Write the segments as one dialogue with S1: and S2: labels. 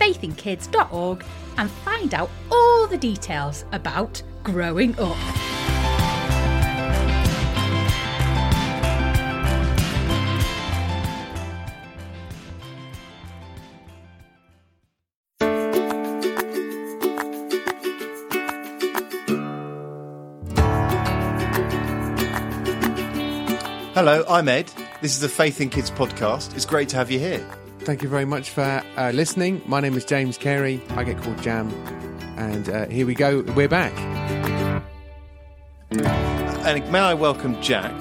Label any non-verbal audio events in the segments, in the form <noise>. S1: faithinkids.org and find out all the details about growing up.
S2: Hello, I'm Ed. This is the Faith in Kids podcast. It's great to have you here.
S3: Thank you very much for uh, listening. My name is James Carey. I get called Jam. And uh, here we go. We're back.
S2: And may I welcome Jack,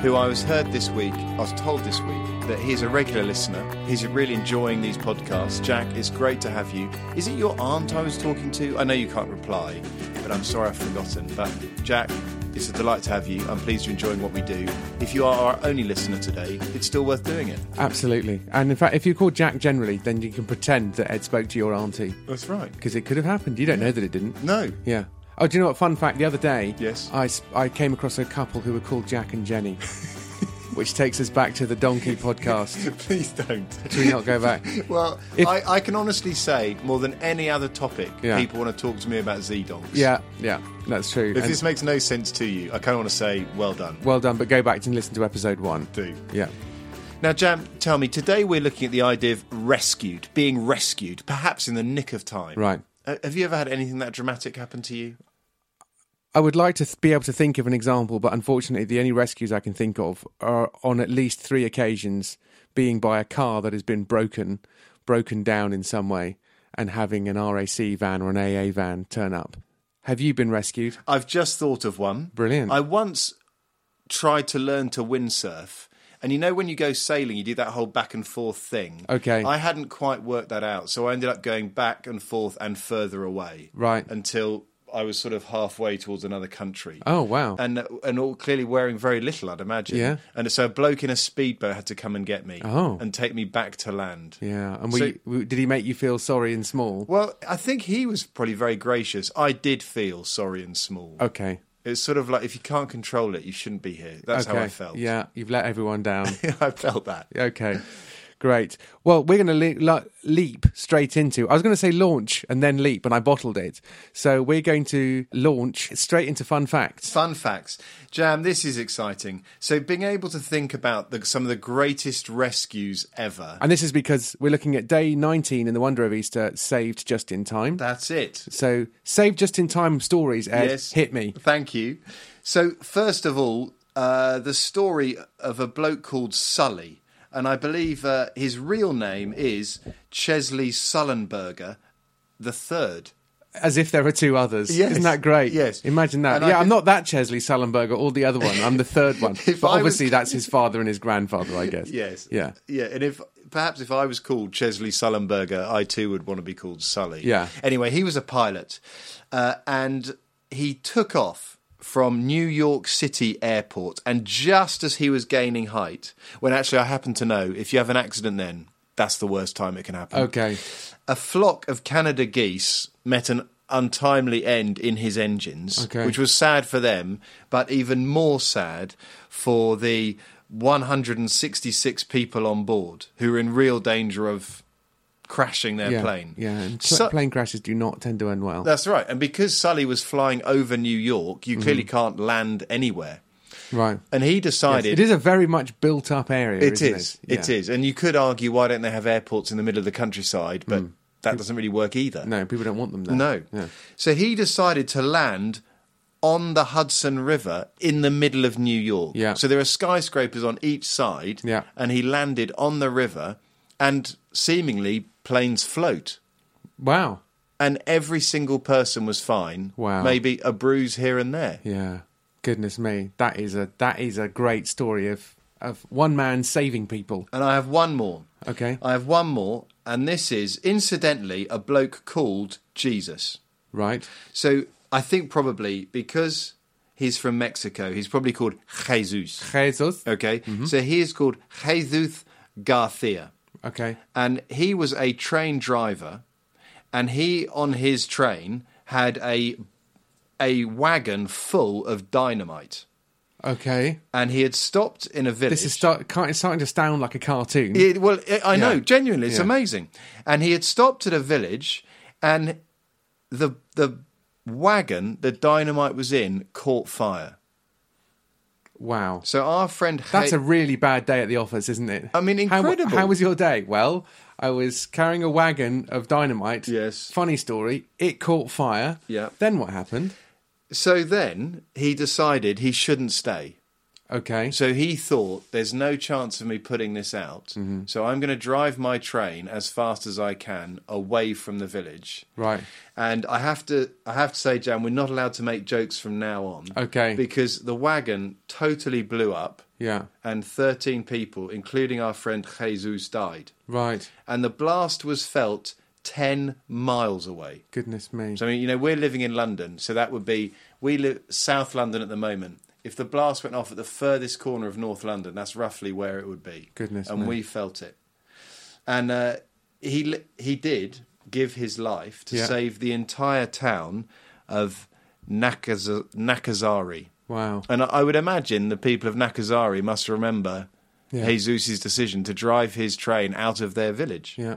S2: who I was heard this week, I was told this week, that he's a regular listener. He's really enjoying these podcasts. Jack, it's great to have you. Is it your aunt I was talking to? I know you can't reply, but I'm sorry I've forgotten. But Jack, it's a delight to have you. I'm pleased you're enjoying what we do. If you are our only listener today, it's still worth doing it.
S3: Absolutely. And in fact, if you call Jack generally, then you can pretend that Ed spoke to your auntie.
S2: That's right.
S3: Because it could have happened. You don't know that it didn't.
S2: No.
S3: Yeah. Oh, do you know what? Fun fact the other day,
S2: Yes.
S3: I, s- I came across a couple who were called Jack
S2: <laughs>
S3: and Jenny, which takes us back to the Donkey podcast.
S2: <laughs> Please don't.
S3: Should we not go back?
S2: <laughs> Well,
S3: If-
S2: I, I can honestly say, more than any other topic,
S3: Yeah.
S2: people want to talk to me about Zedonks.
S3: Yeah, yeah, that's true.
S2: If
S3: And
S2: this makes no sense to you, I kind of want to say, well done.
S3: well done, but go back and listen to episode one.
S2: Do.
S3: Yeah.
S2: Now, Jam, tell me, today we're looking at the idea of rescued, being rescued, perhaps in the nick of time.
S3: Right.
S2: Uh, have you ever had anything that dramatic happen to you?
S3: I would like to th- be able to think of an example, but unfortunately, the only rescues I can think of are on at least three occasions being by a car that has been broken, broken down in some way, and having an RAC van or an AA van turn up. Have you been rescued?
S2: I've just thought of one.
S3: Brilliant.
S2: I once tried to learn to windsurf. And you know when you go sailing, you do that whole back and forth thing.
S3: Okay.
S2: I hadn't quite worked that out, so I ended up going back and forth and further away.
S3: Right.
S2: Until I was sort of halfway towards another country.
S3: Oh wow!
S2: And and all clearly wearing very little, I'd imagine.
S3: Yeah.
S2: And so a bloke in a speedboat had to come and get me.
S3: Oh.
S2: And take me back to land.
S3: yeah, and we,
S2: So-
S3: we- did he make you feel sorry and small?
S2: Well, I think he was probably very gracious. I did feel sorry and small.
S3: Okay,
S2: It's sort of like if you can't control it, you shouldn't be here. That's
S3: okay,
S2: how I felt.
S3: Yeah, you've let everyone
S2: <laughs>
S3: down.
S2: I felt that.
S3: okay, great. Well, we're going to le- le- leap straight into. I was going to say launch and then leap, and I bottled it. So we're going to launch straight into fun facts.
S2: Fun facts. Jam, this is exciting. So, being able to think about the, some of the greatest rescues ever.
S3: And this is because we're looking at day 19 in the wonder of Easter, saved just in time.
S2: That's it.
S3: So, saved just in time stories, Ed,
S2: Yes.
S3: hit me.
S2: Thank you. So, first of all, uh, the story of a bloke called Sully. And I believe uh, his real name is Chesley Sullenberger the Third.
S3: As if there were two others.
S2: Yes.
S3: Isn't that great?
S2: Yes.
S3: Imagine that.
S2: And I
S3: yeah, I'm
S2: could-
S3: not that Chesley Sullenberger or the other one. I'm the third one.
S2: <laughs> If
S3: but
S2: I was-
S3: obviously, that's his father and his grandfather, I
S2: <laughs>
S3: guess.
S2: Yes.
S3: Yeah.
S2: Yeah. And if perhaps if I was called Chesley Sullenberger, I too would want to be called Sully.
S3: Yeah.
S2: Anyway, he was a pilot, uh, and he took off from New York City Airport, and just as he was gaining height, when actually I happen to know if you have an accident, then that's the worst time it can happen.
S3: Okay.
S2: A flock of Canada geese met an untimely end in his engines,
S3: Okay.
S2: which was sad for them, but even more sad for the 166 people on board who were in real danger of crashing their
S3: Yeah.
S2: plane.
S3: Yeah. And pl-
S2: So-
S3: plane crashes do not tend to end well.
S2: that's right. And because Sully was flying over New York,
S3: Mm-hmm.
S2: you clearly can't land anywhere.
S3: Right.
S2: And he decided
S3: It is a very much built up area.
S2: It
S3: isn't
S2: is.
S3: It? Mm.
S2: It is. And you could argue, why don't they have airports in the middle of the countryside? But that doesn't really work either.
S3: No, people don't want them there.
S2: No.
S3: Yeah.
S2: So he decided to land on the Hudson River in the middle of New York.
S3: Yeah.
S2: So there are skyscrapers on each side.
S3: Yeah.
S2: And he landed on the river and seemingly planes float.
S3: Wow.
S2: And every single person was fine.
S3: Wow.
S2: Maybe a bruise here and there.
S3: Yeah. Goodness me. That is a that is a great story of of one man saving people.
S2: And I have one more.
S3: Okay.
S2: I have one more. And this is, incidentally, a bloke called Jesus.
S3: Right.
S2: So I think probably because he's from Mexico, he's probably called Jesus.
S3: Jesus.
S2: Okay.
S3: Mm-hmm.
S2: So he is called Jesus Garcia.
S3: Okay.
S2: And he was a train driver. And he, on his train, had a, a wagon full of dynamite.
S3: Okay.
S2: And he had stopped in a village.
S3: This is start, can't- it's starting to sound like a cartoon.
S2: It, well, I- I know,
S3: Yeah.
S2: genuinely, it's
S3: Yeah.
S2: amazing. And he had stopped at a village, and the the wagon the dynamite was in caught fire.
S3: Wow.
S2: So our friend,
S3: That's
S2: Hay-
S3: a really bad day at the office, isn't it?
S2: I mean,
S3: How-
S2: incredible.
S3: How, was your day? Well, I was carrying a wagon of dynamite.
S2: Yes.
S3: Funny story. It caught fire.
S2: Yeah.
S3: Then what happened?
S2: so then he decided he shouldn't stay.
S3: Okay.
S2: So he thought, there's no chance of me putting this out. So I'm going to drive my train as fast as I can away from the village.
S3: Right.
S2: And I have to, I have to say, Jan, we're not allowed to make jokes from now on.
S3: Okay.
S2: Because the wagon totally blew up.
S3: Yeah.
S2: And 13 people, including our friend Jesus, died.
S3: Right.
S2: And the blast was felt 10 miles away.
S3: Goodness me.
S2: So I mean, you know, we're living in London, so that would be we live South London at the moment. If the blast went off at the furthest corner of North London, that's roughly where it would be.
S3: Goodness
S2: and
S3: me.
S2: we felt it. And uh, he li- he did give his life to
S3: Yeah.
S2: save the entire town of Nakaz- Nakazari.
S3: wow.
S2: And I- I would imagine the people of Nakazari must remember
S3: Yeah.
S2: Jesus's decision to drive his train out of their village.
S3: Yeah.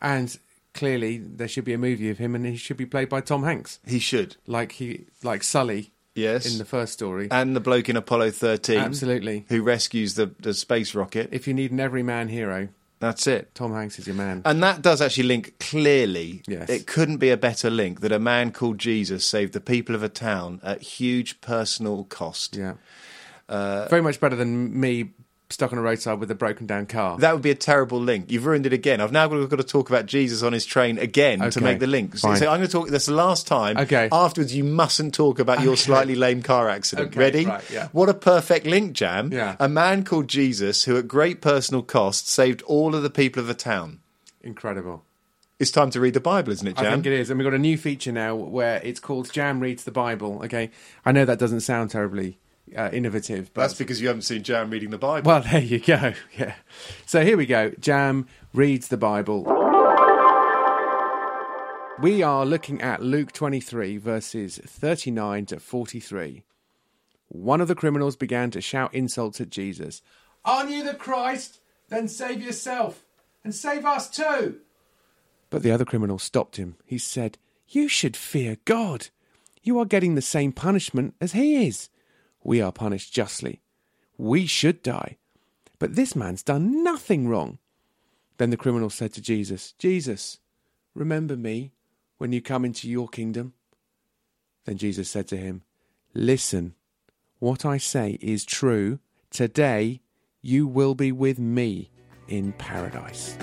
S3: And clearly, there should be a movie of him, and he should be played by Tom Hanks,
S2: He should,
S3: like he like Sully
S2: yes, Uh,
S3: in the first story.
S2: and the bloke in Apollo 13.
S3: Absolutely.
S2: Who rescues the, the space rocket.
S3: If you need an everyman hero,
S2: That's it.
S3: Tom Hanks is your man.
S2: And that does actually link clearly.
S3: Yes.
S2: It couldn't be a better link that a man called Jesus saved the people of a town at huge personal cost.
S3: yeah. Uh, Very much better than me stuck on a roadside with a broken down car.
S2: That would be a terrible link. You've ruined it again. I've now got got to talk about Jesus on his train again to
S3: Okay,
S2: make the link. So,
S3: fine.
S2: so I'm going to talk this last time.
S3: Okay.
S2: Afterwards, you mustn't talk about your slightly lame car accident.
S3: Okay,
S2: Ready?
S3: right, yeah.
S2: What a perfect link, Jam.
S3: Yeah.
S2: A man called Jesus who, at great personal cost, saved all of the people of a town.
S3: Incredible.
S2: It's time to read the Bible, isn't it, Jam?
S3: I think it is. And we've got a new feature now where it's called Jam Reads the Bible. Okay. I know that doesn't sound terribly uh, innovative, but
S2: That's because you haven't seen Jam reading the Bible.
S3: Well, <laughs> there you go. Yeah. So here we go. Jam reads the Bible. We are looking at Luke 23, verses 39 to 43. One of the criminals began to shout insults at Jesus. Are you the Christ? Then save yourself and save us too. But the other criminal stopped him. He said, You should fear God. You are getting the same punishment as he is. We are punished justly. We should die. But this man's done nothing wrong. Then the criminal said to Jesus, Jesus, remember me when you come into your kingdom. Then Jesus said to him, Listen, what I say is true. Today you will be with me in paradise.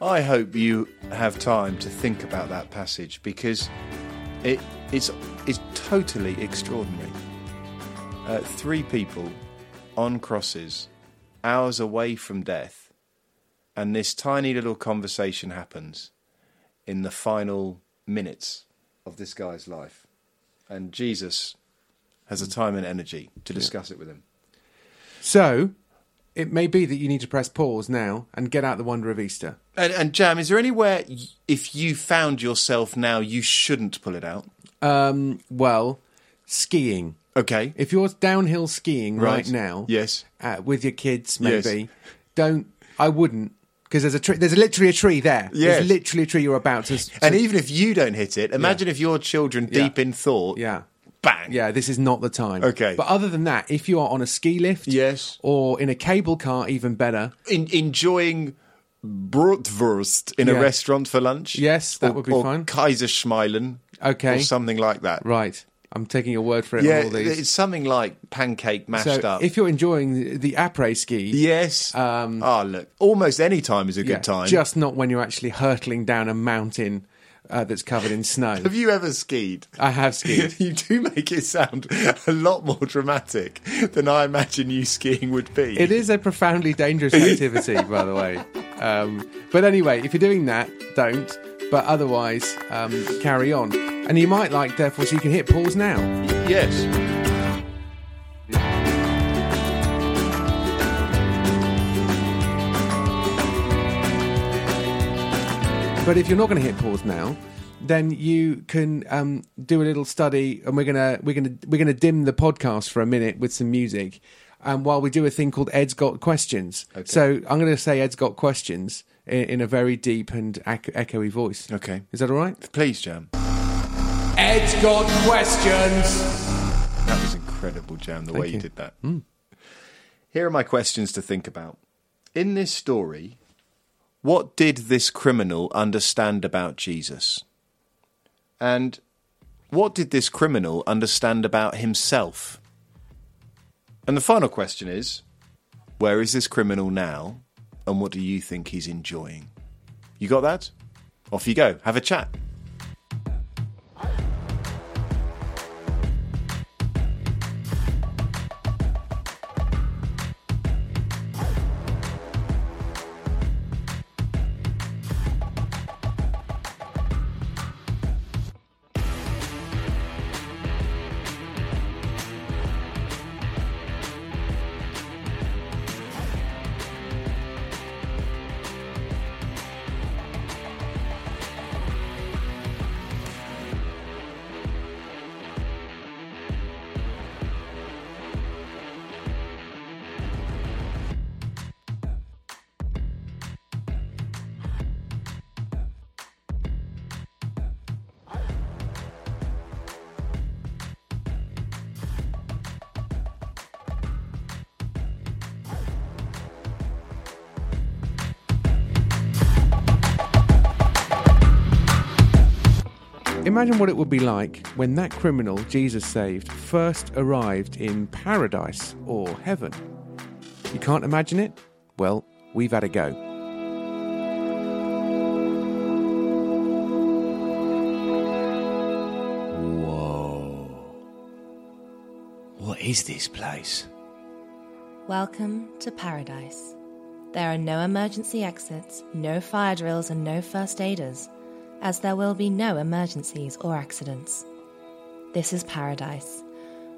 S2: I hope you have time to think about that passage because it, it's, it's totally extraordinary. Uh, three people on crosses, hours away from death, and this tiny little conversation happens in the final minutes of this guy's life. And Jesus has the time and energy to discuss it with him.
S3: So it may be that you need to press pause now and get out the wonder of Easter.
S2: And, and Jam, is there anywhere y- if you found yourself now you shouldn't pull it out?
S3: Um, well, skiing.
S2: Okay.
S3: If you're downhill skiing right,
S2: Right.
S3: now,
S2: Yes.
S3: uh, with your kids
S2: Yes.
S3: maybe, don't. I wouldn't because there's a tree. There's literally a tree there.
S2: Yes.
S3: There's literally a tree you're about to. to-
S2: And even if you don't hit it, imagine if your children, deep in thought,
S3: yeah.
S2: bang.
S3: Yeah, this is not the time.
S2: Okay.
S3: But other than that, if you are on a ski lift,
S2: Yes.
S3: or in a cable car, even better.
S2: En- enjoying bratwurst in a
S3: Yeah.
S2: restaurant for lunch.
S3: Yes, that
S2: Or-
S3: would be
S2: or
S3: fine.
S2: Kaiserschmeilen.
S3: Okay.
S2: Or something like that.
S3: Right, I'm taking your word for it. on
S2: Yeah,
S3: all these.
S2: it's something like pancake mashed
S3: so
S2: up.
S3: if you're enjoying the, the après ski,
S2: yes. Um, oh, look, almost any time is a
S3: yeah,
S2: good time.
S3: just not when you're actually hurtling down a mountain uh, that's covered in snow.
S2: Have you ever skied? <laughs>
S3: I have skied.
S2: you do make it sound a lot more dramatic than I imagine you skiing would be.
S3: It is a profoundly dangerous activity, by the way. Um, but anyway, if you're doing that, don't. But otherwise, um, carry on. And you might like, therefore, so you can hit pause now.
S2: Yes.
S3: But if you're not going to hit pause now, then you can um, do a little study, and we're gonna we're gonna we're gonna dim the podcast for a minute with some music, um, while we do a thing called Ed's Got Questions. So I'm going to say Ed's Got Questions in, in a very deep and ec- echoey voice.
S2: Okay.
S3: is that all right?
S2: Please, Jam.
S3: Ed's Got Questions.
S2: That was incredible, Jam, the way you,
S3: you.
S2: did that. Here are my questions to think about. In this story, what did this criminal understand about Jesus? And what did this criminal understand about himself? And the final question is where is this criminal now? And what do you think he's enjoying? You got that? Off you go. Have a chat.
S3: Imagine what it would be like when that criminal Jesus saved first arrived in paradise or heaven. You can't imagine it? Well, we've had a go.
S2: What is this place?
S4: Welcome to paradise. There are no emergency exits, no fire drills, and no first aiders, as there will be no emergencies or accidents. This is paradise.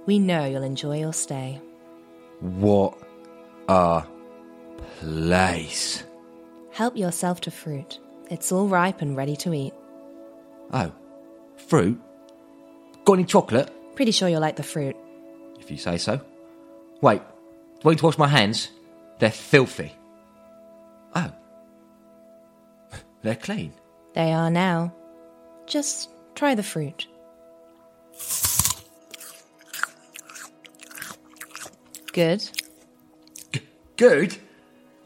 S4: We know you'll enjoy your stay.
S5: What a place.
S4: Help yourself to fruit. It's all ripe and ready to eat.
S5: Oh, fruit? Got any chocolate?
S4: Pretty sure you'll like the fruit.
S5: If you say so. Wait, do I need to wash my hands? They're filthy. Oh, they're clean.
S4: They are now. Just try the fruit. Good.
S5: Good.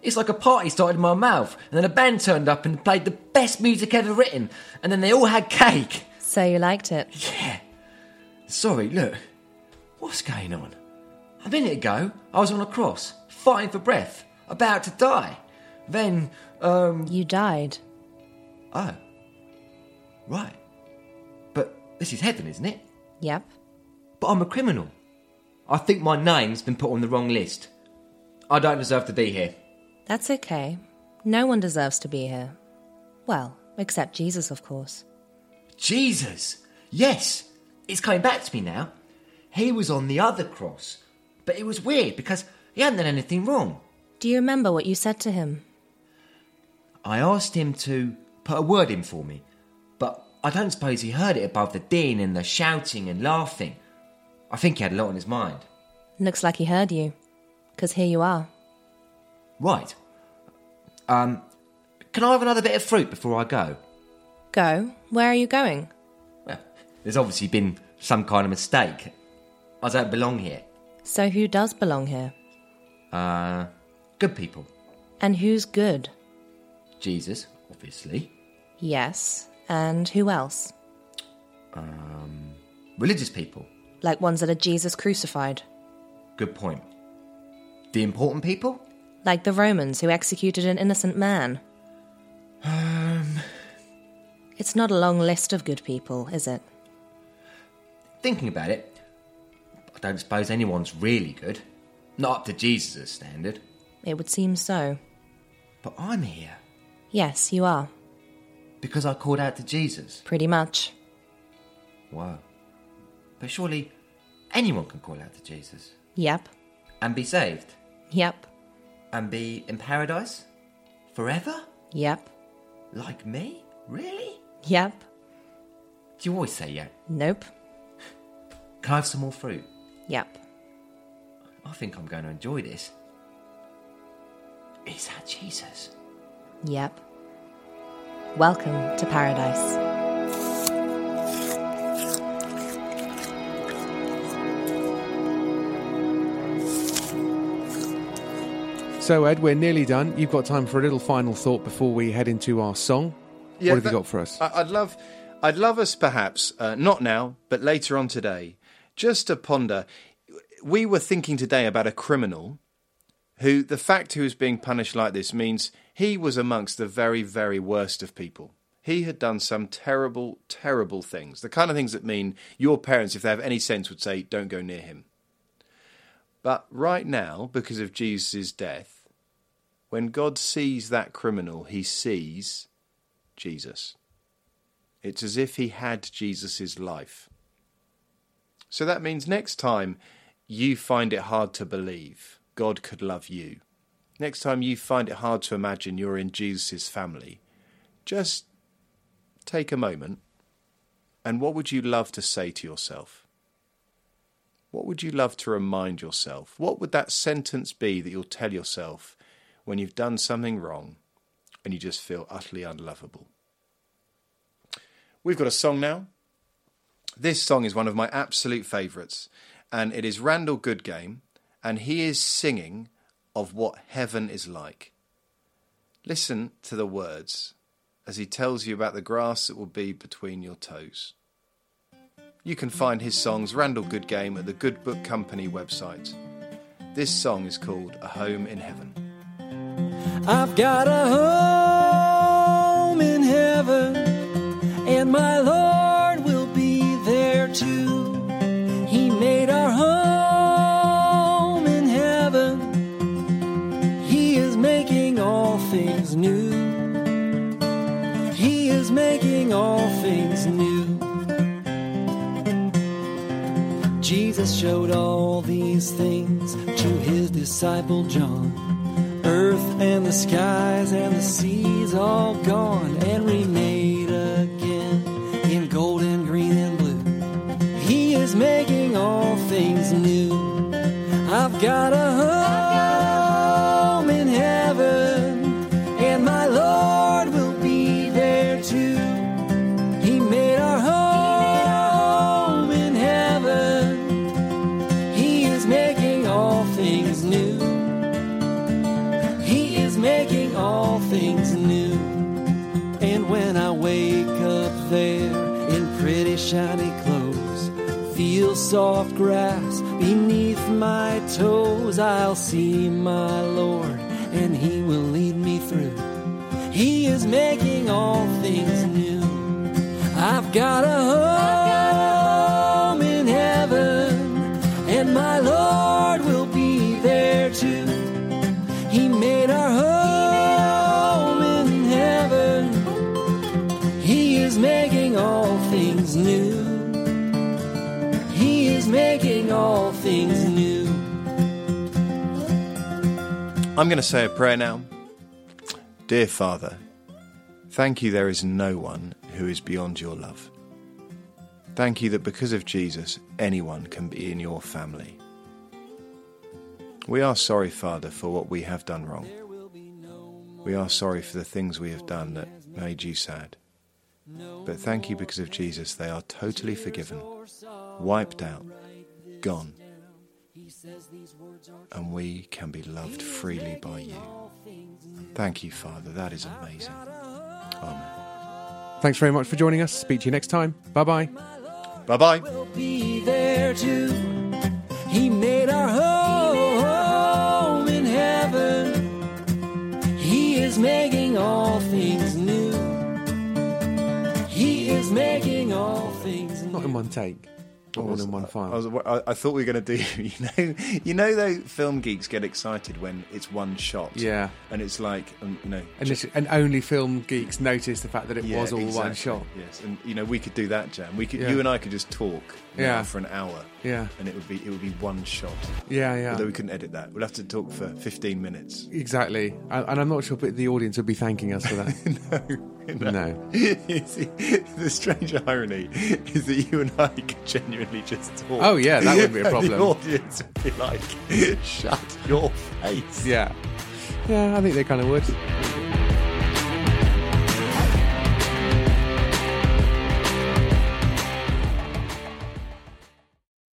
S5: It's like a party started in my mouth, and then a band turned up and played the best music ever written, and then they all had cake.
S4: So you liked it.
S5: Yeah. Sorry, look. What's going on? A minute ago, I was on a cross, fighting for breath, about to die. Then, um,
S4: You died.
S5: oh. Right. But this is heaven, isn't it?
S4: Yep.
S5: But I'm a criminal. I think my name's been put on the wrong list. I don't deserve to be here.
S4: That's okay. No one deserves to be here. Well, except Jesus, of course.
S5: Jesus! Yes! It's coming back to me now. He was on the other cross. But it was weird because he hadn't done anything wrong.
S4: Do you remember what you said to him?
S5: I asked him to put a word in for me, but I don't suppose he heard it above the din and the shouting and laughing. I think he had a lot on his mind.
S4: Looks like he heard you. 'Cause here you are.
S5: Right. Um, Can I have another bit of fruit before I go?
S4: Go? Where are you going?
S5: Well, there's obviously been some kind of mistake. I don't belong here.
S4: So, who does belong here?
S5: Uh, good people.
S4: And who's good?
S5: Jesus, obviously.
S4: Yes. And who else?
S5: Um, religious people.
S4: Like ones that are Jesus crucified.
S5: Good point. The important people?
S4: Like the Romans who executed an innocent man.
S5: Um,
S4: It's not a long list of good people, is it?
S5: thinking about it, I don't suppose anyone's really good. Not up to Jesus' standard.
S4: It would seem so.
S5: But I'm here
S4: Yes, you are.
S5: because I called out to Jesus.
S4: Pretty much.
S5: Wow. But surely anyone can call out to Jesus
S4: Yep.
S5: and be saved
S4: Yep.
S5: and be in paradise forever?
S4: Yep.
S5: Like me? Really?
S4: Yep.
S5: Do you always say yeah?
S4: Nope.
S5: Can I have some more fruit?
S4: Yep.
S5: I think I'm going to enjoy this. Is that Jesus?
S4: Yep. Welcome to paradise.
S3: So, Ed, we're nearly done. You've got time for a little final thought before we head into our song. what have
S2: but
S3: you got for us?
S2: I, I'd love, I'd love us perhaps uh, not now, but later on today, just to ponder. We were thinking today about a criminal, who the fact who is being punished like this means he was amongst the very, very worst of people. He had done some terrible, terrible things. The kind of things that mean your parents, if they have any sense, would say, don't go near him. But right now, because of Jesus' death, when God sees that criminal, he sees Jesus. It's as if he had Jesus' life. So that means next time you find it hard to believe God could love you, next time you find it hard to imagine you're in Jesus' family, just take a moment and what would you love to say to yourself? What would you love to remind yourself? What would that sentence be that you'll tell yourself when you've done something wrong and you just feel utterly unlovable? We've got a song now. This song is one of my absolute favourites, and it is Randall Goodgame, and he is singing of what heaven is like. Listen to the words as he tells you about the grass that will be between your toes. You can find his songs Randall Goodgame at the Good Book Company website. This song is called A Home in Heaven.
S6: I've got a home in heaven, and my Lord will be there too. He made our home in heaven, He is making all things new. He is making all things new. Jesus showed all these things to his disciple John. Earth and the skies and the seas all gone and remade again in gold and green and blue. He is making all things new. I've got a home in heaven, and my Lord will be there too. He made our home in heaven. He is making all things new. He is making all things new. And when I wake up there in pretty shiny clothes, feel soft grass beneath my toes, I'll see my Lord and He will lead me through. He is making all things new. I've got a home in heaven, and my Lord will be there too. He made our home in heaven. He is making all things new. He is making all things new.
S2: I'm going to say a prayer now. Dear Father, thank you there is no one who is beyond your love. Thank you that because of Jesus, anyone can be in your family. We are sorry, Father, for what we have done wrong. We are sorry for the things we have done that made you sad. But thank you because of Jesus, they are totally forgiven, wiped out, gone. And we can be loved freely by you. And thank you, Father. That is amazing. Amen.
S3: Thanks very much for joining us. Speak to you next time. Bye bye.
S2: Bye bye.
S6: will be there too. He made our home in heaven. He is making all things new. He is making all things new.
S3: Not in one take, but all in one
S2: I,
S3: file.
S2: was, I, I thought we were going to do. <laughs> You know, you know, though, film geeks get excited when it's one shot.
S3: Yeah.
S2: and it's like, um, you know,
S3: And, this, and only film geeks noticed the fact that it
S2: yeah,
S3: was all one
S2: exactly,
S3: shot.
S2: Yes, and you know, we could do that, Jan. We could,
S3: Yeah.
S2: you and I could just talk. now
S3: Yeah.
S2: for an hour.
S3: Yeah.
S2: and it would be it would be one shot.
S3: Yeah, yeah.
S2: Although we couldn't edit that, we'll have to talk for fifteen minutes.
S3: Exactly. And, and I'm not sure but the audience would be thanking us for that. <laughs> no. No.
S2: You <laughs> see, the strange irony is that you and I could genuinely just talk.
S3: Oh, yeah, that wouldn't be
S2: <laughs>
S3: a
S2: And The
S3: problem.
S2: audience would be like, <laughs> "Shut your face."
S3: Yeah. Yeah, I think they kind of would.